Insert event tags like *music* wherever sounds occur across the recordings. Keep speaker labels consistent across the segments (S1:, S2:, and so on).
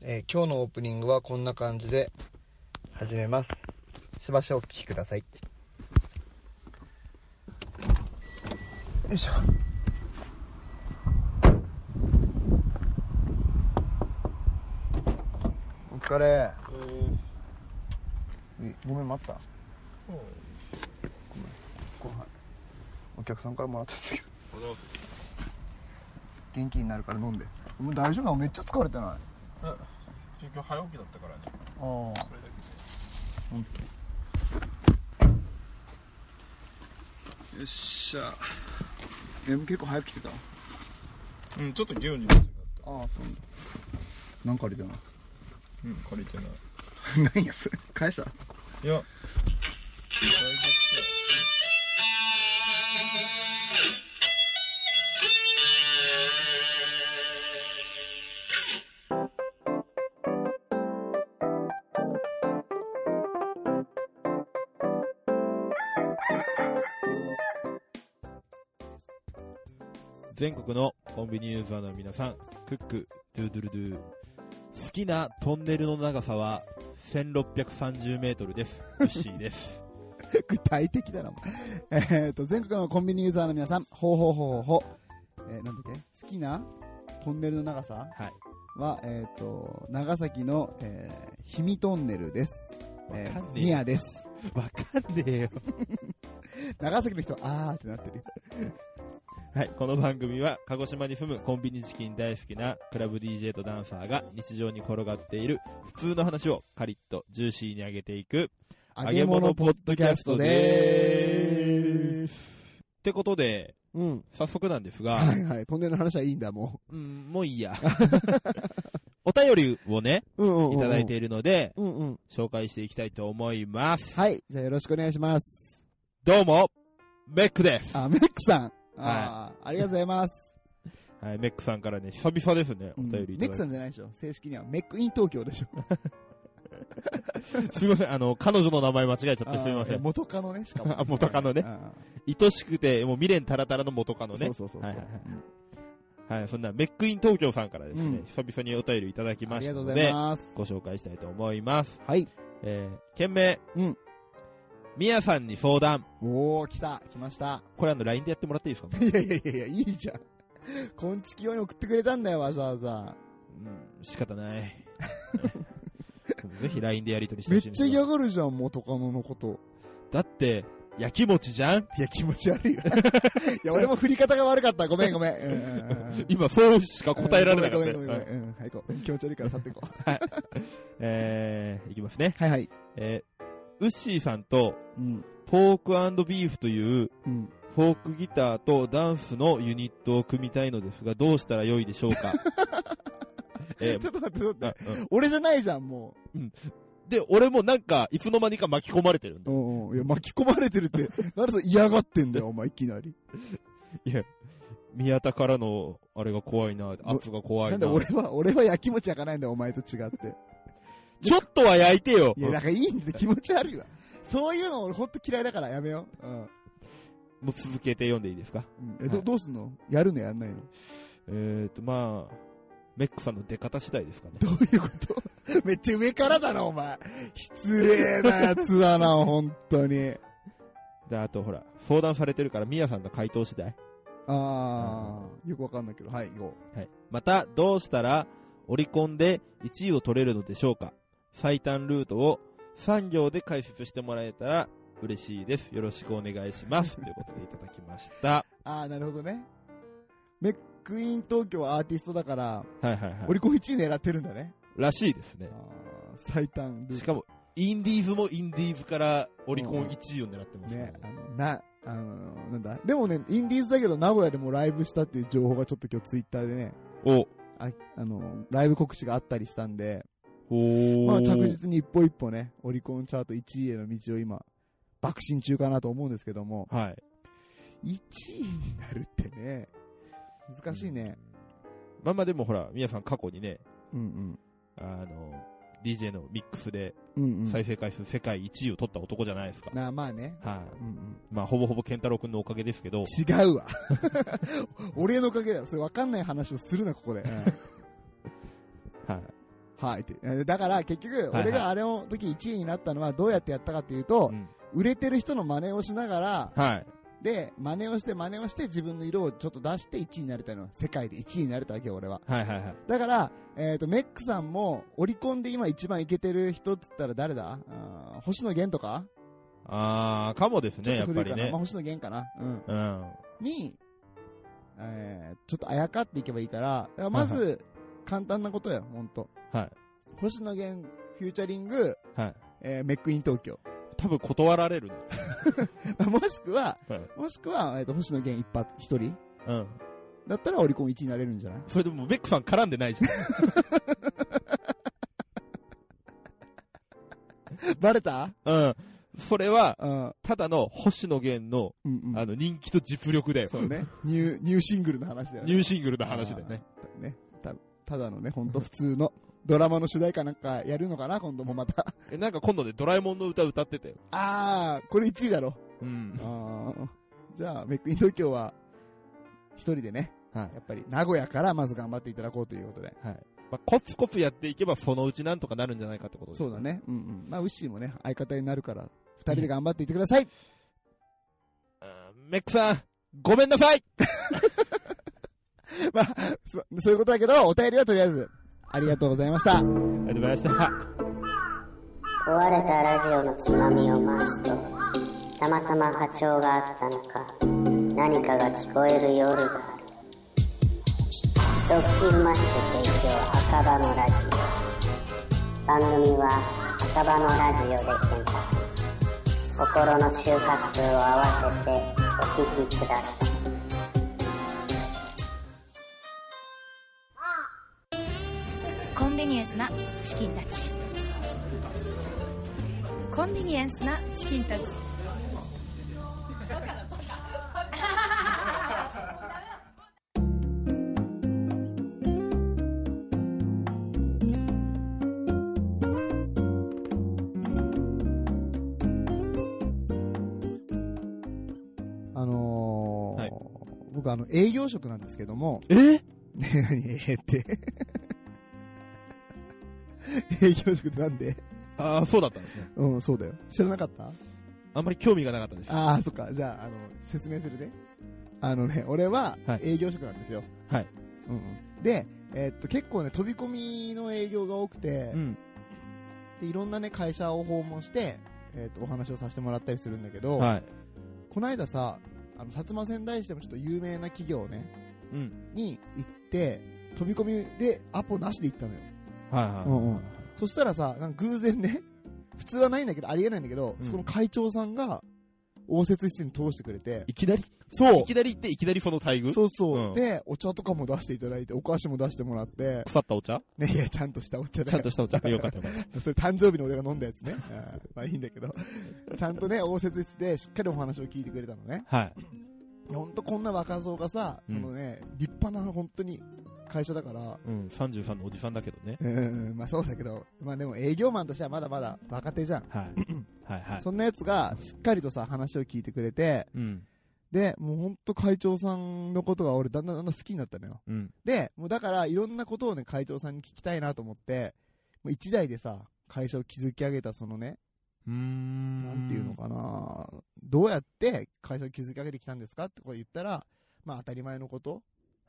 S1: えー今日のオープニングはこんな感じで始めますしばしお聴きくださいよいしょお疲れえごめん待ったごめんご飯お客さんからもらったんですけど元気になるから飲んでもう大丈夫なのめっちゃ疲れてないあ
S2: 結局早起きだったからね
S1: あ本
S2: これだ
S1: 当よっしゃえもう結構早く来てたあ
S2: けうんちょっと牛に間違った
S1: あそうなんだなんかあれ
S3: *laughs*
S1: だな
S2: うん借りてない
S1: 何やそれ返した
S2: いや
S4: 全国のコンビニユーザーの皆さん、クック、ドゥドゥルドゥ。好きなトンネルの長さは1630メートルです。ウッシー
S3: *laughs*
S4: です。
S3: 具体的だな、 *laughs* お前えっと、全国のコンビニユーザーの皆さん、ほうほうほうほう。えーなんだっけ好きなトンネルの長さ
S4: はい。
S3: は、えっ、と、長崎の、えー、氷見トンネルです。え
S4: わかんねえ
S3: 宮です。
S4: わかんねえよ。
S3: 長崎の人、あーってなってる。
S4: はい。この番組は、鹿児島に住むコンビニチキン大好きなクラブ DJ とダンサーが日常に転がっている普通の話をカリッとジューシーに上げていく
S3: 揚げ物ポッドキャストでーす。
S4: す。ってことで、
S3: うん。
S4: 早速なんですが、
S3: *laughs* はいはい。トンネルの話はいいんだ、も
S4: うん、もういい
S3: *laughs*
S4: や。お便りをね、
S3: う。うんうん、
S4: いただいて。いるので、
S3: うんうん。
S4: 紹介していきたいと思います。
S3: はい。じゃあよろしくお願いします。
S4: どうも、メックです。
S3: あ、メックさん。あー、ありがとうございます。
S4: はい、メックさんからね、久々ですね、お便りいた
S3: メック
S4: だ
S3: さ
S4: い
S3: んじゃないでしょ。正式にはメックイン東京でしょ。
S4: て。すいません、あの、彼女の名前間違えちゃってすいませ
S3: あー
S4: ん。
S3: 元カノね、しか
S4: *laughs* あ
S3: も。
S4: 元カノね
S3: あ
S4: 愛しくて、もう未練たらたらの元カノ
S3: ー。
S4: ね
S3: そう。そうそうそう。
S4: はいはいはい、そんなメックイン東京さんからですね
S3: うん、
S4: 久々にお便りいただき
S3: あ
S4: ま
S3: り
S4: し
S3: が
S4: た
S3: とう
S4: の
S3: ござい
S4: で、
S3: ます。
S4: ご紹介したいと思います。
S3: はい。
S4: えー、件名。
S3: うん。
S4: みやさんに相談。
S3: おー、来た。来ました。
S4: これあの、LINE でやってもらっていいですか
S3: いやいやいやいや、いいじゃん。 *laughs* こんちき用に送ってくれたんだよ、わざわざ。
S4: うん、仕方
S3: *laughs*
S4: ない。ぜひ LINE でやり取りして
S3: め
S4: ほ
S3: っ
S4: しいんだ
S3: ちゃ
S4: けど
S3: 嫌がるじゃん、元カノのこと。
S4: だって、やきもちじゃん
S3: いや、気持ち悪いわ。 *laughs* いや、俺も振り方が悪かった。ごめんごめんうんうんうん。
S4: *laughs* 今、そうしか答えられなか
S3: ご
S4: った
S3: めん
S4: よ
S3: ごめんご
S4: は
S3: めん
S4: い
S3: ごめん。うん、はい、行こう。 *laughs* 気持ち悪いから去っていこう。 *laughs*
S4: えー、いきますね。
S3: はいはい。
S4: えー、ウッシーさんと、
S3: うん。
S4: フォークビーフという、
S3: うん。
S4: フォークギターとダンスのユニットを組みたいのですが、どうしたらよいでしょう
S3: *laughs*
S4: かえー
S3: ちょっと待って、ちょっと待って。
S4: あうん
S3: 俺じゃないじゃん、も
S4: で、俺もなんか、いつの間にか巻き込まれてるん
S3: う。
S4: だ。
S3: うんうん。いや、巻き込まれてるって、 *laughs* なんでそれ嫌がってんだよ、お前、いきなり。
S4: いや、宮田からの、あれが怖いな、圧が怖いな。
S3: なんで俺は、俺はやきもち焼かないんだよ、お前と違って。
S4: *laughs* ちょっとは焼いてよ
S3: いや、だからいいんだよ、気持ち悪いわ。そういうの俺ほんと嫌いだからやめよう。うん。
S4: もう続けて読んでいいですか
S3: うんえ、ど、
S4: はい
S3: どうすんのやるのやんないの *laughs*
S4: えーと、まあ、メックさんの出方次第ですかね。
S3: どういうこと *laughs* めっちゃ上からだな、お前。失礼なやつだな、ほんとに。
S4: で、あとほら、相談されてるから、ミヤさんの回答次第。
S3: あー、よくわかんないけど、はい、行こ
S4: はい。また、どうしたら、オリコンで1位を取れるのでしょうか最短ルートを3行で解説してもらえたら嬉しいです。よろしくお願いします。ということでいただきました。
S3: う。あー、なるほどね。メックイン東京はアーティストだから、
S4: はいはいは
S3: オ
S4: い。
S3: リコン1位狙ってるんだね。
S4: らしいですね
S3: あ。ー、最短ルート
S4: しかも、インディーズもインディーズからオリコン1位を狙ってます
S3: ね
S4: ね、。
S3: あの、な、あの、なんだ。でもね、インディーズだけど名古屋でもライブしたっていう情報がちょっと今日ツイッターでね、
S4: お、
S3: ああの、ライブ告知があったりしたんで、
S4: お
S3: まあ着実に一歩一歩ね、オリコンチャート1位への道を今、爆心中かなと思うんですけども、
S4: はい。
S3: 1位になるってね、難しいね。
S4: まあまあでもほら、ミヤさん過去にね、
S3: うん
S4: あの、DJ のミックスで
S3: うん。うんうん。
S4: 再生回数世界1位を取った男じゃないですか。
S3: なあ、まあね。
S4: はい、
S3: うんうん。
S4: まあ、ほぼほぼ健太郎くんのおかげですけど、
S3: 違うわ。 *laughs* 俺のおかげだよ。それ分かんない話をするな、ここで。
S4: はい。
S3: *laughs* はいって。えーだから結局、
S4: はい
S3: 俺があれの時1位になったのはどうやってやったかっていうと、
S4: うん
S3: 売れてる人の真似をしながら、
S4: はい。
S3: で、真似をして真似をして自分の色をちょっと出して1位になれたの。世界で1位になれたわけよ、俺は。
S4: はいはいはい。
S3: だから、えっ、と、メックさんも、オリコンで今一番イケてる人っつったら誰だあー星野源とか
S4: あー、かもです
S3: ちょ
S4: ね、
S3: っ
S4: や
S3: と
S4: っぱ
S3: 古いか
S4: り
S3: な、
S4: ね
S3: まあ、。星野源かなうん。
S4: うん。
S3: に、えー、ちょっとあやかっていけばいいから、だからま
S4: は
S3: ず、簡単なことよ、ほんと。
S4: はい。
S3: 星野源、フューチャリング、
S4: はい。
S3: えーメックイン東京。 *laughs*
S4: 多分断られるね。
S3: もしくは、
S4: はい
S3: もしくは、えっ、と、星野源一発、一人
S4: うん。
S3: だったらオリコン1位になれるんじゃない *laughs*
S4: それでも、ベックさん絡んでないじゃ
S3: バレた
S4: ん。
S3: *laughs*
S4: うん。それは、
S3: うん。
S4: ただの星野源の、
S3: うんうん。
S4: あの、人気と実力だよ。
S3: そうね。ニ
S4: *laughs*
S3: ュー、ニューシングルの話だよね。
S4: ニューシングルの話だよね。
S3: あー。ね。た、ただのね、ほんと普通の、ドラマの主題歌なんかやるのかな、今度もまた。 *laughs*
S4: え、なんか今度ね、ドラえもんの歌歌ってたよ。
S3: あー、これ1位だろ。
S4: うん。
S3: あーじゃあ、メックイン東京は、一人でね、
S4: はい。
S3: やっぱり名古屋からまず頑張っていただこうということで。
S4: はい。まあ、コツコツやっていけば、そのうちなんとかなるんじゃないかってことです
S3: そうだ。ね。うんうん。まあ、ウッシーもね、相方になるから、二人で頑張っていってください。
S4: うんメックさん、ごめんなさい
S3: まあ、そそういうことだけど、お便りはとりあえず、ありがとうございました。
S4: ありがとうございました。
S5: 壊れたラジオのつまみを回すとたまたま波長があったのか何かが聞こえる夜がある「ドッキンマッシュ提供赤羽のラジオ」番組は赤羽のラジオで検索心の周波数を合わせてお聞きください
S6: コンビニエンスなチキンたちコンビニエンスなチキンたち
S3: あのー
S4: はい
S3: 僕あの営業職なんですけども、 *laughs*
S4: え
S3: ねえ、何え
S4: *laughs*
S3: ーって。営業職ってなんで
S4: ああ、そうだったんですね。
S3: うん、そうだよ。知らなかった
S4: あんまり興味がなかったです。
S3: ああ、そっか。じゃあ、あの、説明するね。あのね、俺は
S4: はい
S3: 営業職なんですよ。
S4: はい。
S3: うんうん。で、えーっと、結構ね、飛び込みの営業が多くて、
S4: うん。
S3: でいろんなね、会社を訪問して、えーっと、お話をさせてもらったりするんだけど、
S4: はい。
S3: この間さ、あの、薩摩仙台市でもちょっと有名な企業ね、
S4: うん。
S3: に行って、飛び込みでアポなしで行ったのよ。
S4: はいはい。
S3: うんうんそしたらさ、なんか偶然ね、普通はないんだけど、ありえないんだけど、
S4: うん
S3: そこの会長さんが、応接室に通してくれて、
S4: いきなり
S3: そ
S4: いきなり行って、いきなりその待
S3: う
S4: 遇
S3: そうそう、
S4: うん
S3: で、お茶とかも出していただいて、お菓子も出してもら
S4: *laughs*
S3: って、
S4: 腐ったお茶
S3: ね、いや、ちゃんとしたお茶だ
S4: ちゃ
S3: よ
S4: んとしたお茶。よかったよかっ
S3: *laughs* それ誕生日の俺が飲んだやつね。 *laughs* うんまあいいんだけど、 *laughs* ちゃんとね、応接室でしっかりお話を聞いてくれたのね。
S4: た。はい。
S3: ほんとこんな若造がさ、そのね、立派な本当に会社だから、
S4: うん。33のおじさんだけどね。
S3: うん、まあそうだけど、まあでも営業マンとしてはまだまだ若手じゃん。
S4: はい。はいはい。
S3: そんなやつがしっかりとさ、話を聞いてくれて、
S4: うん。
S3: で、もうほんと会長さんのことが俺だんだんだんだん好きになったのよ。
S4: うん。
S3: で、もうだからいろんなことをね、会長さんに聞きたいなと思って、もう一台でさ、会社を築き上げたそのね、
S4: うーん。
S3: なんていうのかな、どうやって会社を築き上げてきたんですかってこう言ったら、まあ当たり前のこと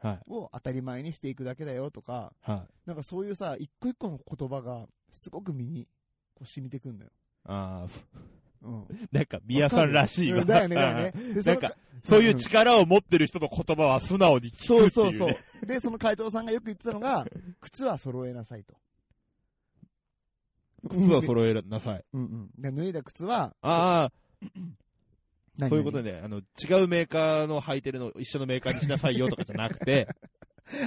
S4: な。はい。
S3: を当たり前にしていくだけだよとか、
S4: はい。
S3: なんかそういうさ、一個一個の言葉がすごく身にこう染みてくんのよ。
S4: ああ、
S3: うん。
S4: *laughs* なんか、宮さんらしいわ。
S3: うんだよね、だよね。でそ
S4: なん
S3: の
S4: か、そういう力を持ってる人の言葉は素直に聞
S3: そ
S4: く
S3: う
S4: って
S3: そ
S4: いうう。
S3: そう。。で、その会長さんがよく言ってた
S4: *laughs*
S3: のが、靴は揃えなさいと。
S4: *laughs* 靴は揃えなさい。
S3: うんうん。で脱いだ靴は、
S4: ああ、
S3: 何
S4: そういうこと
S3: 何
S4: ね。あの、違うメーカーの履いてるの一緒のメーカーにしなさいよとかじゃなく
S3: *laughs*
S4: て、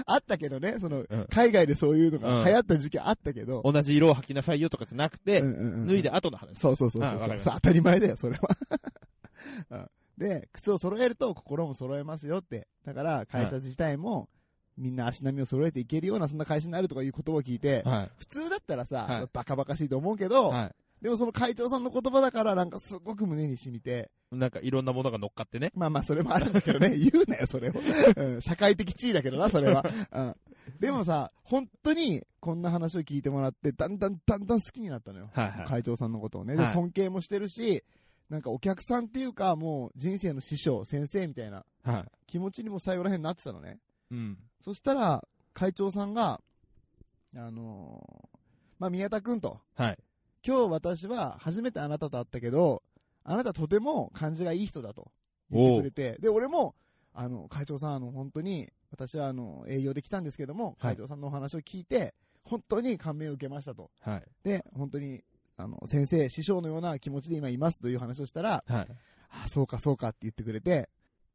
S3: あったけどね、その
S4: うん、
S3: 海外でそういうの
S4: うん
S3: が流行った時期あったけど。
S4: 同じ色を履きなさいよとかじゃなくて
S3: うん、うんうん
S4: 脱いで。後の話。
S3: そうそうそう
S4: あわ
S3: そう
S4: か
S3: そ
S4: り
S3: う
S4: まし
S3: そう。当たり前だよ、それは。 *laughs* うんで、靴を揃えると心も揃えますよって。だから、会社自体も、みんな足並みを揃えていけるような、そんな会社になるとかいう言葉を聞いて、
S4: は
S3: 普通だったらさ、
S4: はい
S3: バカバカしいと思うけ
S4: い。
S3: ど、
S4: は
S3: でもその会長さんの言葉だから、なんかすごく胸に染みて、
S4: い。なんかいろんなものが乗っかってね。
S3: *laughs* まあまあ、それもあるんだけどね。言うなよ、それを。うん社会的地位だけどな、それは。うんでもさ、本当にこんな話を聞いてもらって、だんだんだんだん好きになったのよ。
S4: はいはい
S3: 会長さんのことをね。で
S4: はい
S3: 尊敬もしてるし、なんかお客さんっていうか、もう人生の師匠、先生みたいな
S4: はい。
S3: 気持ちにも最後らへんなってたのね。
S4: うん。
S3: そしたら、会長さんが、あのーまあ、宮田くんと、
S4: はい。
S3: 今日私は初めてあなたと会ったけど、あなたとても感じがいい人だと言ってくれて、で、俺も、あの、会長さん、あの、本当に、私はあの、営業で来たんですけども、
S4: はい
S3: 会長さんのお話を聞いて、本当に感銘を受けましたと。
S4: はい。
S3: で、本当に、あの、先生、師匠のような気持ちで今いますという話をしたら、
S4: はい。
S3: あ、そうかそうかって言ってくれて、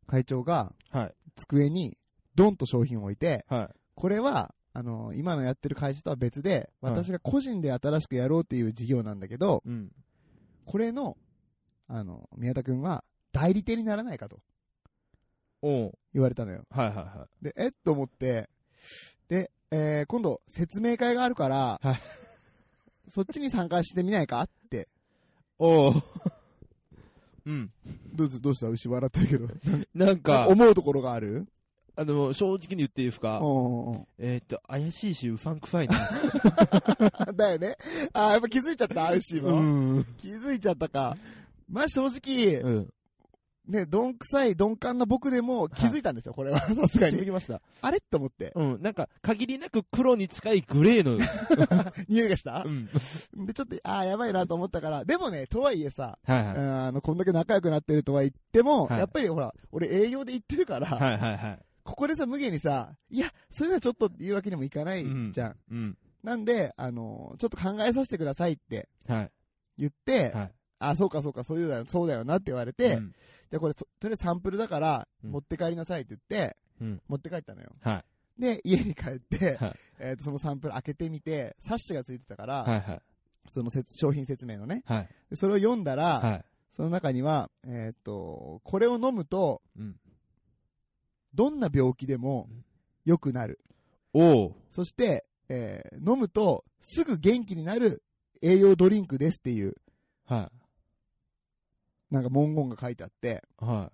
S3: 会長が
S4: はい。
S3: 机にドンと商品を置いて、
S4: はい。
S3: これは、あの、今のやってる会社とは別で、
S4: はい
S3: 私が個人で新しくやろうっていう事業なんだけど、
S4: うん。
S3: これの、あの、宮田くんは代理店にならないかと
S4: おう
S3: 言われたのよ。
S4: はいはいは
S3: で、えっと思って、で、えー今度説明会があるから
S4: はい、
S3: そっちに参加してみないかって。
S4: い。おう *laughs* うん。
S3: *laughs* どうずどうした牛笑ってるけど。
S4: なんか、
S3: 思うところがある
S4: あの、正直に言っていいですか
S3: うんうん
S4: えーっと、怪しいし、うさんくさい
S3: *laughs*
S4: な。
S3: うん。だよね。あー、やっぱ気づいちゃった牛も、
S4: ん。
S3: 気づいちゃったか。まあ正直、
S4: うん。
S3: ね、どんくさい、鈍感な僕でも気づいたんですよ、これは。 *laughs* さすが
S4: 気づ
S3: に。
S4: きました。
S3: あれと思って。
S4: うん。なんか、限りなく黒に近いグレーの。
S3: 匂いがした
S4: うん。
S3: で、ちょっと、ああ、やばいなと思ったから、でもね、とはいえさ、
S4: はい
S3: あ
S4: はい。
S3: ーあの、こんだけ仲良くなってるとは言っても、
S4: はい
S3: やっぱりほら、俺営業で行ってるから、
S4: はいはいはい。
S3: ここでさ、無限にさ、いや、そういうのはちょっとっていうわけにもいかないじゃん。
S4: うん。
S3: なんで、あの、ちょっと考えさせてくださいって
S4: はい。
S3: 言って、
S4: はい。
S3: あ、そうかそうか、そういうだよ、そうだよなって言われて、
S4: うん
S3: じゃあこれと、とりあえずサンプルだから、
S4: うん
S3: 持って帰りなさいって言って、
S4: うん
S3: 持って帰ったのよ。
S4: はい。
S3: で、家に帰って、
S4: はい
S3: えーと、そのサンプル開けてみて、サッシがついてたから、
S4: はいはい。
S3: その説商品説明のね。
S4: はい。
S3: でそれを読んだら、
S4: はい。
S3: その中には、えーっと、これを飲むと、
S4: うん
S3: どんな病気でも
S4: うん
S3: 良くなる。
S4: おう
S3: そして、えー飲むとすぐ元気になる栄養ドリンクですっていう、
S4: は
S3: なんか文言が書いてあって、
S4: い。は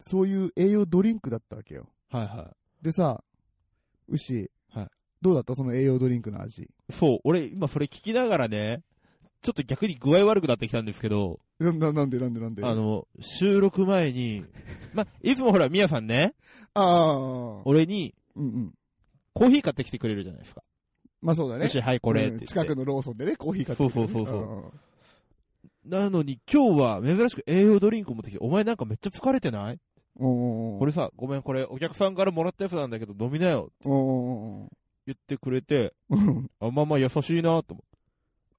S3: そういう栄養ドリンクだったわけよ。
S4: い。はいは
S3: でさ、牛、
S4: はい
S3: どうだったその栄養ドリンクの味。
S4: い。そう、俺今それ聞きながらね、ちょっと逆に具合悪くなってきたんですけど、
S3: な、ななんでなんでなんで
S4: あ、の、収録前 *laughs* に、ま、いつもほら、みやさんね、
S3: ああ、
S4: 俺に、
S3: うんうん。
S4: コーヒー買ってきてくれるじゃないですか。
S3: まあそうだね
S4: よ。し、はい、これって
S3: う
S4: 言っ
S3: ん
S4: て。
S3: 近くのローソンでね、コーヒー買ってくるね
S4: そうそうそうそうん
S3: んん
S4: なのに、今日は珍しく栄養ドリンク持ってきて、お前なんかめっちゃ疲れてない
S3: お
S4: これさ、ごめん、これお客さんからもらったやつなんだけど飲みなよ。
S3: おお
S4: 言ってくれて、
S3: おうん
S4: あ、まあまあ優しいなと思って。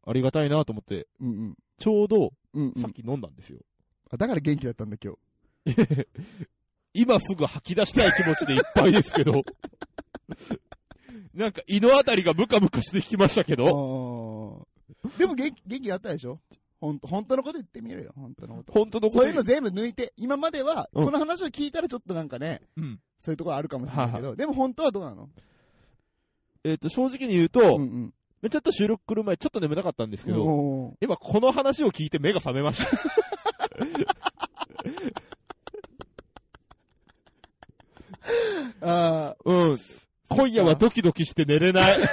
S4: ありがたいなと思って、
S3: うん
S4: ちょうど、
S3: うんう
S4: さっ
S3: ん
S4: き飲んだんですよ。
S3: あだから元気だったんだ今日
S4: 今すぐ吐き出したい気持ちでいっぱいですけど。 *laughs* なんか胃のあたりがムカムカしてきましたけ
S3: あ
S4: ど、
S3: ーでも元気元気だったでしょ本当本当のこと言ってみるよ本当のこと
S4: 本当のこ
S3: そ
S4: と
S3: ういうの全部抜いて今までは
S4: うん
S3: この話を聞いたらちょっとなんかね
S4: うん
S3: そういうところあるかもしれないけどでも本当はどうなの
S4: えっ、と、正直に言うと、
S3: うんうん
S4: ちょっと収録来る前ちょっと眠たかったんですけど、
S3: おー
S4: 今この話を聞いて目が覚めました。
S3: あ
S4: うん。今夜はドキドキして寝れない。 *laughs*
S3: ー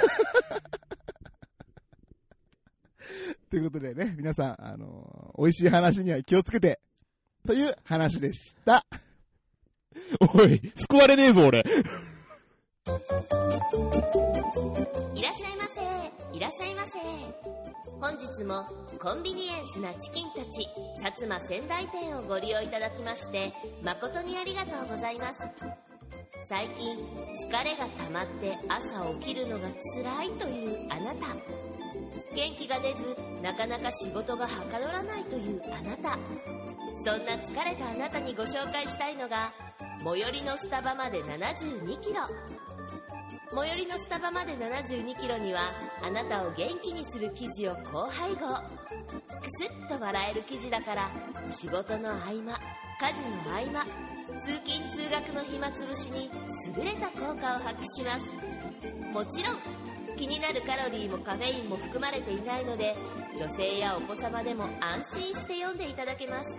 S3: ということでね皆さんあのー美味しい話には気をつけてという話でした
S4: おい、救われねえぞ俺。
S7: いらっしゃいませいらっしゃいませ本日もコンビニエンスなチキンたち薩摩仙台店をご利用いただきまして誠にありがとうございます最近疲れが溜まって朝起きるのが辛いというあなた元気が出ずなかなか仕事がはかどらないというあなたそんな疲れたあなたにご紹介したいのが最寄りのスタバまで72キロ最寄りのスタバまで7 2キロにはあなたを元気にする記事を高配合クスッと笑える記事だから仕事の合間家事の合間通勤通学の暇つぶしに優れた効果を発揮しますもちろん気になるカロリーもカフェインも含まれていないので女性やお子様でも安心して読んでいただけます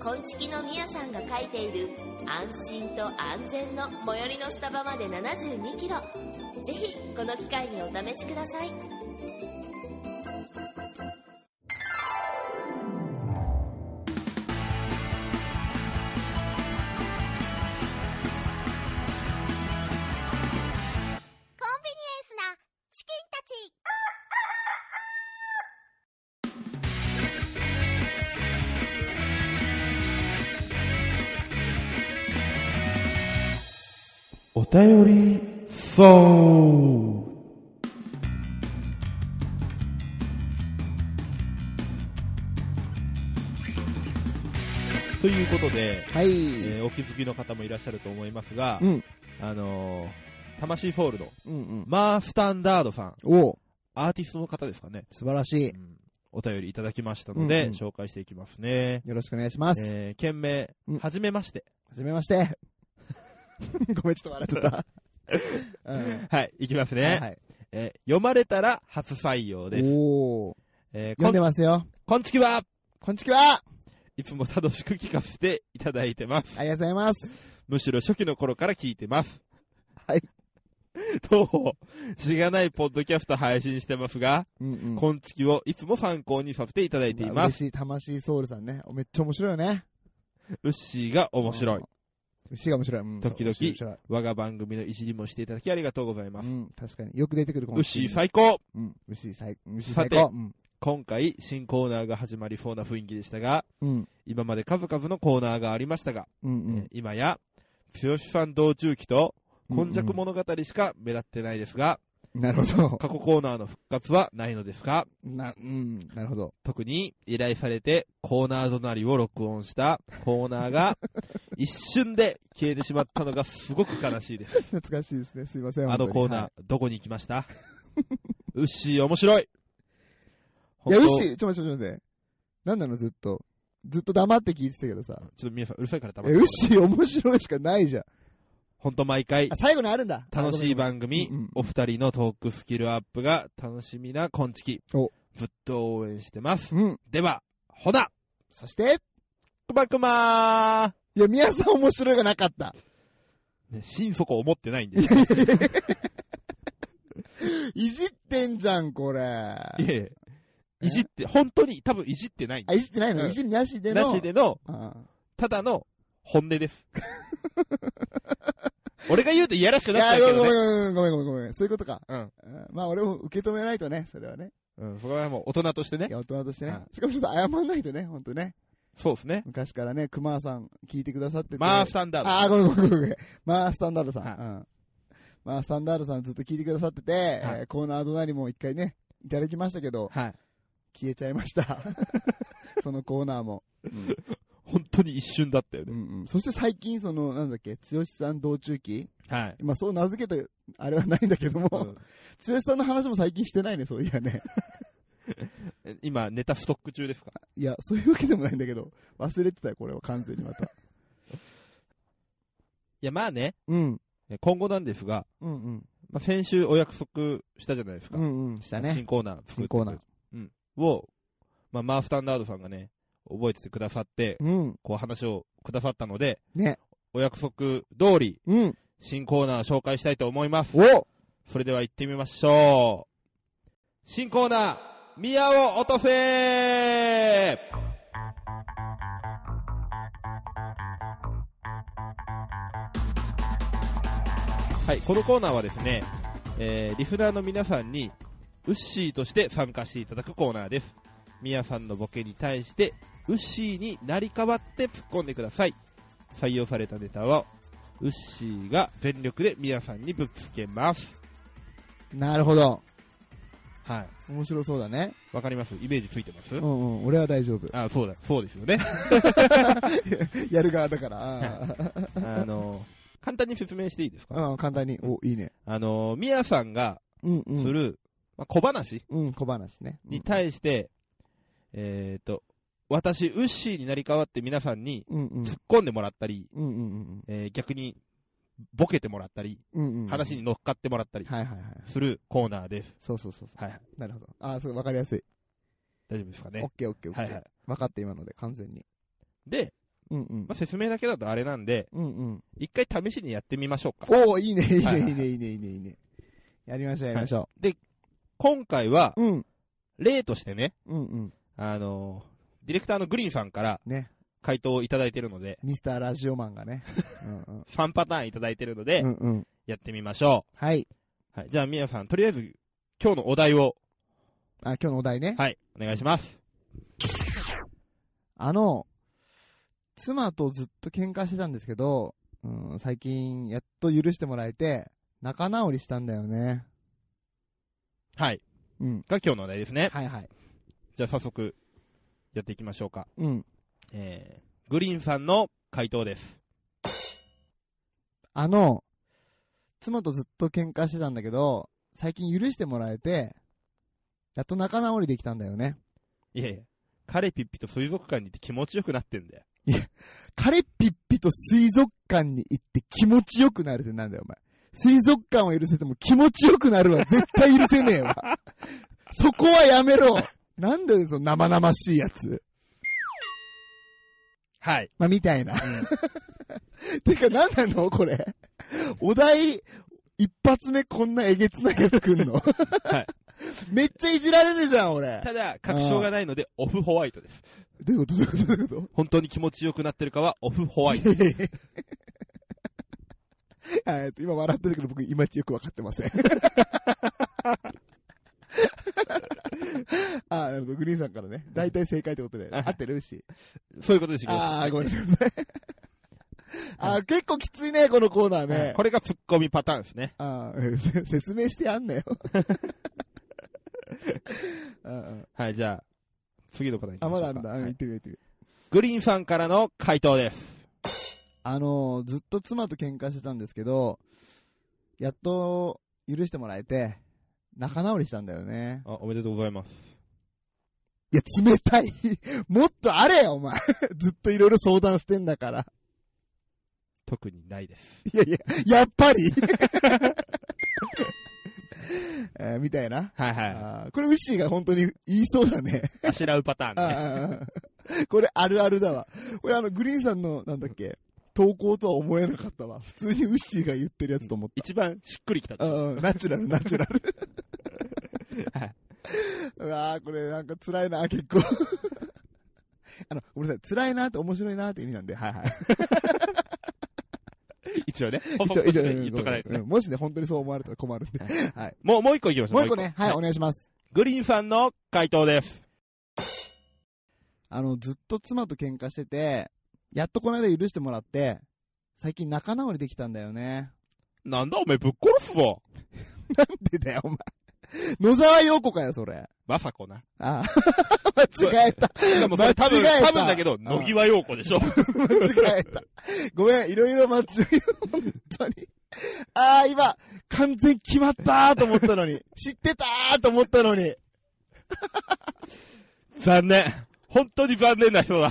S7: 昆虫のみやさんが書いている安心と安全の最寄りのスタバまで7 2キロぜひこの機会にお試しください
S8: コンビニエンスなチキンたち
S4: お便りそうということで、
S3: はい。
S4: えーお気づきの方もいらっしゃると思いますが、
S3: うん。
S4: あのー魂フォールド、
S3: うんうん。
S4: マー・スタンダードさん、
S3: おう
S4: アーティストの方ですかね、
S3: 素晴らし
S4: うんお便りいただきましたので、
S3: うんうん
S4: 紹介していきますね。
S3: い。よろしくお願いします。は
S4: えー、件名
S3: うん、
S4: はじめまして。
S3: じめまして。 *laughs* ごめん、ちょっと笑っち
S4: *laughs*
S3: ゃった。うん
S4: はい、いきますね。
S3: はいはい。
S4: えー読まれたら初採用です。
S3: おお。
S4: えー、
S3: 読
S4: こ
S3: んで
S4: ん、
S3: ますよ。
S4: こんちきは
S3: こんちきは。
S4: いつも楽しく聞かせていただいてます。
S3: ありがとうございます。
S4: むしろ初期の頃から聞いてます。
S3: はい。
S4: 当方、しがないポッドキャスト配信してますが、
S3: うんうん。
S4: こんちきをいつも参考にさせていただいていま
S3: 嬉
S4: す。
S3: しい、魂ソウルさんね。めっちゃ面白いよね。
S4: ウッシーが面白い。。
S3: 牛が面白い。うん
S4: 時々
S3: そう牛面
S4: 我が番組のいじりもしていただきありがとうございま
S3: 白い
S4: す。
S3: うん、確かに。よく出てくるか
S4: ウッ
S3: も
S4: シ
S3: しれ
S4: ー
S3: ない。
S4: 最高
S3: うん、牛最、牛
S4: さ
S3: 最
S4: て
S3: 高。うん。
S4: 今回、新コーナーが始まりそうな雰囲気でしたが、
S3: うん。
S4: 今まで数々のコーナーがありましたが、
S3: うんう
S4: え
S3: ん
S4: ー。今や、剛さん道中記と、
S3: うんうん
S4: 今弱物語しか目立ってないですが、
S3: なるほど。
S4: 過去コーナーの復活はないのですか
S3: な、うん、なるほど。
S4: 特に依頼されてコーナー隣を録音したコーナーが *laughs* 一瞬で消えてしまったのがすごく悲しいです。
S3: 懐かしいですね。すいません。
S4: あのコーナー、
S3: 本
S4: どこに行きましたウッシー面白い
S3: 当にはいいや、
S4: 本
S3: ウ
S4: 当
S3: シー、ちょ待ってちょ待って。なんなの、ずっと。ずっと黙って聞いてたけどさ。
S4: ちょっと皆さんうるさいから
S3: え、
S4: 黙って
S3: ウ。シー面白いしかないじゃん。
S4: 本当毎回
S3: あ、最後にあるんだ。
S4: 楽しい
S3: 番
S4: 番組
S3: うんうん、
S4: お二人のトークスキルアップが楽しみなコンチキ
S3: お。
S4: ずっと応援してます。
S3: うん。
S4: では、ほな
S3: そして、
S4: くまくまー
S3: いや、宮さん面白いがなかった。
S4: ね、心底思ってないんです
S3: いじってんじゃん、これ。あ、
S4: いえ、いじって、本当に多分いじってないんで
S3: いじってないの
S4: うん
S3: いじりなしでの。
S4: なしでの、
S3: あ
S4: ただの本音
S3: *laughs*
S4: です。俺が言うといやらしく
S3: ー。い
S4: なっちゃ
S3: や、
S4: うけ
S3: ご
S4: ど
S3: め
S4: ね。
S3: んごめんごめんごめんごめん。そういうことか。
S4: うん。
S3: まあ、俺も受け止めないとね、それはね。
S4: うん、そこはもう大人としてね
S3: い。や、大人としてね
S4: は。
S3: しかもちょっと謝んないとね、ほんとね。
S4: そうですね。
S3: 昔からね、熊さん聞いてくださってて。
S4: マースタンダード。
S3: ああ、ごめんごめんごめん。マースタンダードさん。
S4: はい
S3: うん。マースタンダードさんずっと聞いてくださってて、えーコーナー隣も一回ね、いただきましたけど、
S4: はい。
S3: 消えちゃいました。 *laughs* そのコーナーも。
S4: 本当に一瞬だったよ
S3: う
S4: ね。
S3: んうん。そして最近、その、なんだっけ、剛さん道中期
S4: はい。
S3: まあ、そう名付けて、あれはないんだけども、
S4: うん
S3: 剛さんの話も最近してないね、そういやね。
S4: え今、ネタストック中ですか
S3: いや、そういうわけでもないんだけど、忘れてたよ、これは完全にまた。
S4: いや、まあね、
S3: うん。
S4: 今後なんですが、
S3: うんうん。
S4: まあ、先週お約束したじゃないですか。
S3: うんうん。したね
S4: 新。コーナー作って
S3: 新コーナー。
S4: を、まあ、マースタンダードさんがね、覚えててくださって、
S3: うん。
S4: こう話をくださったので、
S3: ね。
S4: お約束通り、
S3: うん。
S4: 新コーナーを紹介したいと思います。
S3: お
S4: それでは行ってみましょう。新コーナー、宮を落とせはい、このコーナーはですね、えー、リフナーの皆さんに、ウッシーとして参加していただくコーナーです。宮さんのボケに対して、ウッシーになり変わって突っ込んでください。採用されたネタは、ウッシーが全力で宮さんにぶつけます。
S3: なるほど。
S4: はい。
S3: 面白そうだね。
S4: わかりますイメージついてます、
S3: うんうん、俺は大丈夫。
S4: あ、そうだ、そうですよ
S3: *laughs*
S4: ね。
S3: やる側だから。
S4: あの、簡単に説明していいですか *laughs*
S3: うん、簡単に。お、いいね。
S4: あの、宮さんが
S3: うんう
S4: す
S3: ん。
S4: る、まあ、小話
S3: うん、小話ね。
S4: に対して、えっ、と、私、ウッシーになり変わって皆さんに
S3: うんうん。
S4: 突っ込んでもらったり、
S3: うんうんうん
S4: えー逆にボケてもらったり、
S3: うん。うんうん。
S4: 話に。乗っかってもらったり
S3: はいはいはい。
S4: するコーナーです。
S3: そうそうそう。そ
S4: はいはい。
S3: うなるほど。ああ、そう、わかりやすい。
S4: 大丈夫ですか
S3: オッ
S4: ね。
S3: ケーオッケーオ
S4: は
S3: ッ
S4: い
S3: ケ
S4: は
S3: ー
S4: い。。
S3: わかった今ので、完全に。
S4: で、
S3: うんうん
S4: まあ、。説明だけだとあれなんで、
S3: うんうん。
S4: 一回試しにやってみましょうか。
S3: おおいいね、いい
S4: は
S3: ね、
S4: いはい
S3: いいね、いいね、いいね、いいね。やりましょう、やりましょ
S4: 今回は
S3: う。、うん。
S4: 例としてね、
S3: うんうん。
S4: あのーディレクターのグリーンさんから
S3: ね。
S4: 回答をいただいてるので、
S3: ミスターラジオマンがね。
S4: *laughs*
S3: うんうん。
S4: 3パターンいただいてるの
S3: う
S4: で
S3: ん、うん。
S4: やってみましょ
S3: はい。
S4: う。はい。じゃあ、みやさん、とりあえず、今日のお題を、
S3: あ、今日のお題ね。
S4: はい、お願いします。
S3: あの、妻とずっと喧嘩してたんですけど、うん、最近やっと許してもらえて、仲直りしたんだよね。
S4: はい。
S3: うん。
S4: が今日のお題ですね。
S3: はいはい。
S4: じゃあ、早速、やっていきましょうか。
S3: うん。
S4: えー、グリーンさんの回答です。
S3: あの、妻とずっと喧嘩してたんだけど、最近許してもらえて、やっと仲直りできたんだよね。
S4: いやいや、彼ピッピと水族館に行って気持ちよくなってんだよ。
S3: 彼ピッピと水族館に行って気持ちよくなるってなんだよ、お前。水族館を許せても気持ちよくなるは絶対許せねえわ。そこはやめろ。なんだよ、その生々しいやつ。
S4: はい。
S3: まあ、みたいな。てか、なんなのこれ。お題、一発目こんなえげつないやつくんの。
S4: はい。
S3: めっちゃいじられるじゃん、俺。
S4: ただ、確証がないので、オフホワイトです。
S3: どういうことどういうことどういうこと
S4: 本当に気持ちよくなってるかは、オフホワイト。
S3: はい今笑ってるけど僕いまいちよくわかってません。あーなるほど。グリーンさんからね。大体正解ってことで。合ってるし。
S4: そういうことでしょ
S3: ああ、ごめんなさい。あー結構きついね、このコーナーね。
S4: これがツッコミパターンですね。
S3: あーせ説明してやんなよ。あー
S4: はい、じゃあ、次のパターンいき
S3: あ、
S4: ま
S3: ま
S4: しょうか
S3: だあるんだ。うん
S4: は
S3: 言
S4: い
S3: ってみよう言ってみよう
S4: グリーンさんからの回答です。
S3: あのーずっと妻と喧嘩してたんですけど、やっと許してもらえて、仲直りしたんだよね。
S4: あ、おめでとうございます。
S3: いや、冷たい。 *laughs* もっとあれよ、お前。 *laughs* ずっといろいろ相談してんだから。
S4: 特にないです。
S3: いやいや、やっぱり *laughs* えーみたいな。
S4: はいは
S3: あーこれ、ウッシーが本当に言いそうだね。
S4: い。あしらうパターンね。
S3: あーこれ、あ *laughs* るあるだわ。これ、あの、グリーンさんの、なんだっけ、投稿とは思えなかったわ。普通にウッシーが言ってるやつと思って。
S4: 一番しっくりきた
S3: う
S4: と。
S3: んうん、ナチュラル、ナチュラル。
S4: はい。
S3: *laughs* うわー、これなんか辛いな、結構。 *laughs* あの、ごめんなさい、辛いなって面白いなって意味なんで、はい
S4: *laughs*
S3: はい。
S4: 一応ね。補足として
S3: うん
S4: 言っとかないとね
S3: う。んもしね、本当にそう思われたら困るんで。はい。
S4: もう、もう一個いきましょう。
S3: *laughs* もう一個ね、はい、
S4: い
S3: お願いします。
S4: グリーンさんの回答です。
S3: あの、ずっと妻と喧嘩してて、やっとこの間許してもらって、最近仲直りできたんだよね。
S4: なんだおめえぶっ殺すぞ。
S3: なんでだよ、お前。野沢陽子かよ、それ。
S4: まさこな。
S3: あ *laughs* あ間違えた。
S4: しかもそれ多分、
S3: 間違えた
S4: 多分だけど、野際陽子でしょ。 *laughs*
S3: 間違えた。ごめん、いろいろ間違え、本当に。ああ、今、完全決まったーと思ったのに。知ってたーと思ったのに。
S4: 残念。本当に残念な人だ。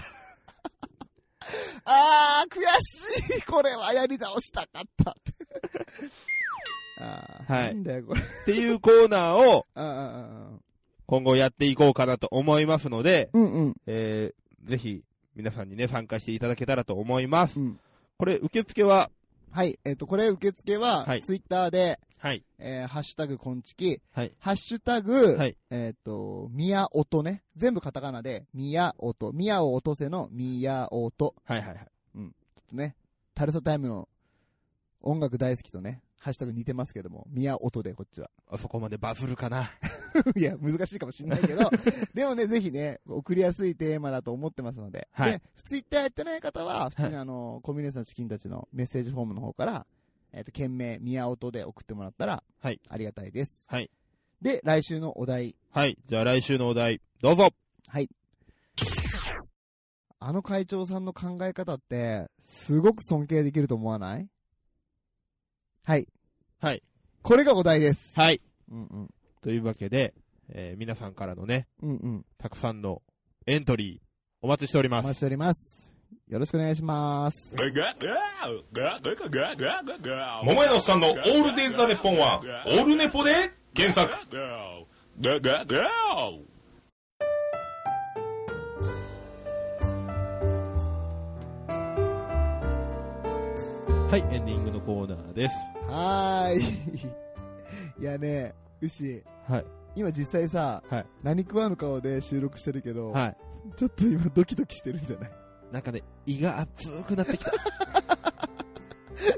S3: ああ、悔しい。これはやり直したかった *laughs* って。ああ、
S4: はい
S3: なんだよ、これ。
S4: っていうコーナーを
S3: あーあ
S4: 今後やっていこうかなと思いますので、
S3: ー、うんうん。
S4: えー、ぜひ皆さんにね、参加していただけたらと思います。
S3: うん
S4: これ、受付は、
S3: はい、えっ、と、これ受付は
S4: は、い
S3: ツイッターで、
S4: はい。
S3: えーハッシュタグ、こんちき、
S4: はい
S3: ハッシュタグ、
S4: はい
S3: えっ、と、宮音ね。全部カタカナで、宮音。宮を落とせの宮音。
S4: はいはいはい。
S3: ちょっとね、タルサタイムの音楽大好きとね、ハッシュタグ似てますけども、宮音でこっちは。 *laughs*
S4: あそこまでバズるかな。
S3: いや、難しいかもしんな
S4: *laughs*
S3: いけど、でもね、ぜひね、送りやすいテーマだと思ってますので、
S4: はい
S3: で、ツイッターやってない方は、普通にあの、コミュニティのチキンたちのメッセージフォームの方から、えっ、と、件名、宮音で送ってもらったら、
S4: はい
S3: ありがたいです。
S4: はい
S3: で、来週のお題、
S4: はい。じゃあ来週のお題、どうぞ。
S3: はい。あの会長さんの考え方って、すごく尊敬できると思わないはい。
S4: はい。
S3: これがお題です。
S4: はい。
S3: うんうん。
S4: というわけで、えー皆さんからのね、
S3: うんうん。
S4: たくさんのエントリー、お待ちしており
S3: お
S4: ます。
S3: 待ちしております。よろしくお願いします。
S9: 桃屋のおっさんのオールデイズ・ザ・ネッポンは、オールネポで原作。
S4: はい、エンディングのコーナーです。
S3: はーい。い *laughs* やね、牛、
S4: はい、
S3: 今実際さ、
S4: はい、
S3: 何食わぬ顔で収録してるけど、
S4: はい。
S3: ちょっと今ドキドキしてるんじゃない *laughs*
S4: なんかね、胃が熱くなってきた。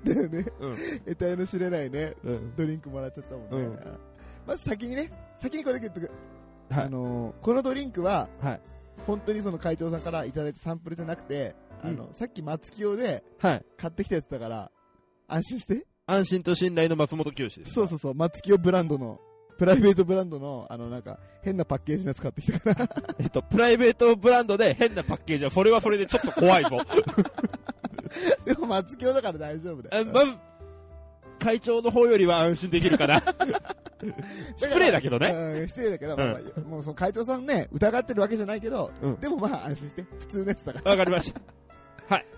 S3: だよね。
S4: うん、
S3: 得体の知れないね、
S4: うん、
S3: ドリンクもらっちゃったもんね。
S4: うん
S3: まず先にね、先にこれだけ言っとく。
S4: はい
S3: あのーこのドリンクは、
S4: はい、
S3: 本当にその会長さんからいただいたサンプルじゃなくて、あの、さっき松清で
S4: はい。
S3: 買ってきたやつだから、安心して。
S4: 安心と信頼の松本清志です。
S3: そうそうそう、松清ブランドの、プライベートブランドの、あの、なんか、変なパッケージのやつ買ってきたから。 *laughs*
S4: えっと、プライベートブランドで変なパッケージは、それはそれでちょっと怖い *laughs* ぞ。
S3: でも松京だから大丈夫だ
S4: あ
S3: よ。
S4: まず、会長の方よりは安心できるかな。 *laughs* 失礼だけどね。
S3: うん失礼だけど、
S4: ん
S3: まあまあもうその会長さんね、疑ってるわけじゃないけど、
S4: うん
S3: でもまあ安心して、普通のやつだから。
S4: わかりました。
S3: っ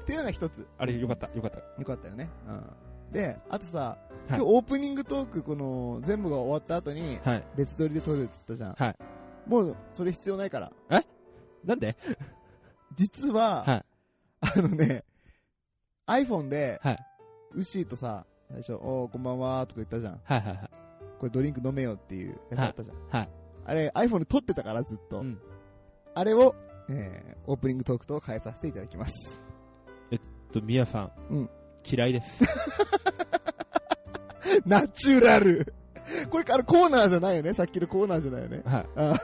S3: ていうのが一つ。
S4: あれ、よかった、よかった。
S3: よかったよね。うん。で、あとさ、
S4: い
S3: 今日オープニングトーク、この、全部が終わった後に、
S4: はい。
S3: 別撮りで撮るって言ったじゃん。
S4: はい
S3: もう、それ必要ないから。
S4: なんで
S3: 実は、
S4: はい
S3: あのね、iPhone で、
S4: はい
S3: ウッシーとさ、最初、おー、こんばんはとか言ったじゃん。
S4: はいはいはい。
S3: これドリンク飲めよっていうやつあったじゃん。
S4: はいはい
S3: あれ、iPhone で撮ってたから、ずっと。
S4: うん
S3: あれを、えー、オープニングトークと変えさせていただきます。 *laughs*
S4: と、みやさん。
S3: うん
S4: 嫌いです。
S3: ナチュラルこれからコーナーじゃないよねさっきのコーナーじゃないよね。
S4: はい。
S3: あ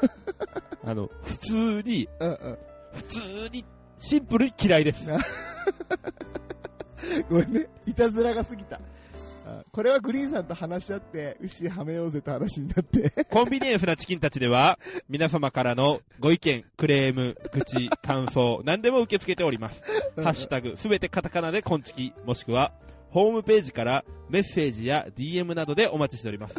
S4: あの、普通に、
S3: うんうん。
S4: 普通に、シンプルに嫌いです。
S3: ごめんね。いたずらが過ぎた。あこれはグリーンさんと話し合って、ウッシーはめようぜって話になって。 *laughs*
S4: コンビニエンスなチキンたちでは、皆様からのご意見、クレーム、口、感想、何でも受け付けております。ハッシュタグ、すべてカタカナでコンチキ、もしくは、ホームページからメッセージや DM などでお待ちしております。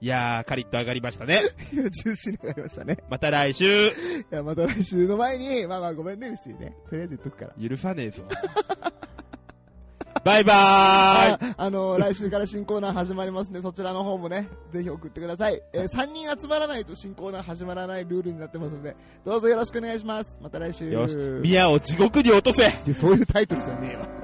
S4: いやー、カリッと上がりましたね。
S3: いや、中止になりましたね。
S4: また来週
S3: いや、また来週の前に、まあまあごめんね、ウッシーね。とりあえず言っとくから。
S4: 許さねえぞ。バイバーイ
S3: ああのー来週から新コーナー始まりますんで、そちらの方もね、ぜひ送ってください。えー3人集まらないと新コーナー始まらないルールになってますので、どうぞよろしくお願いします。また来週。
S4: よし、宮を地獄に落とせ
S3: いやそういうタイトルじゃねえわ。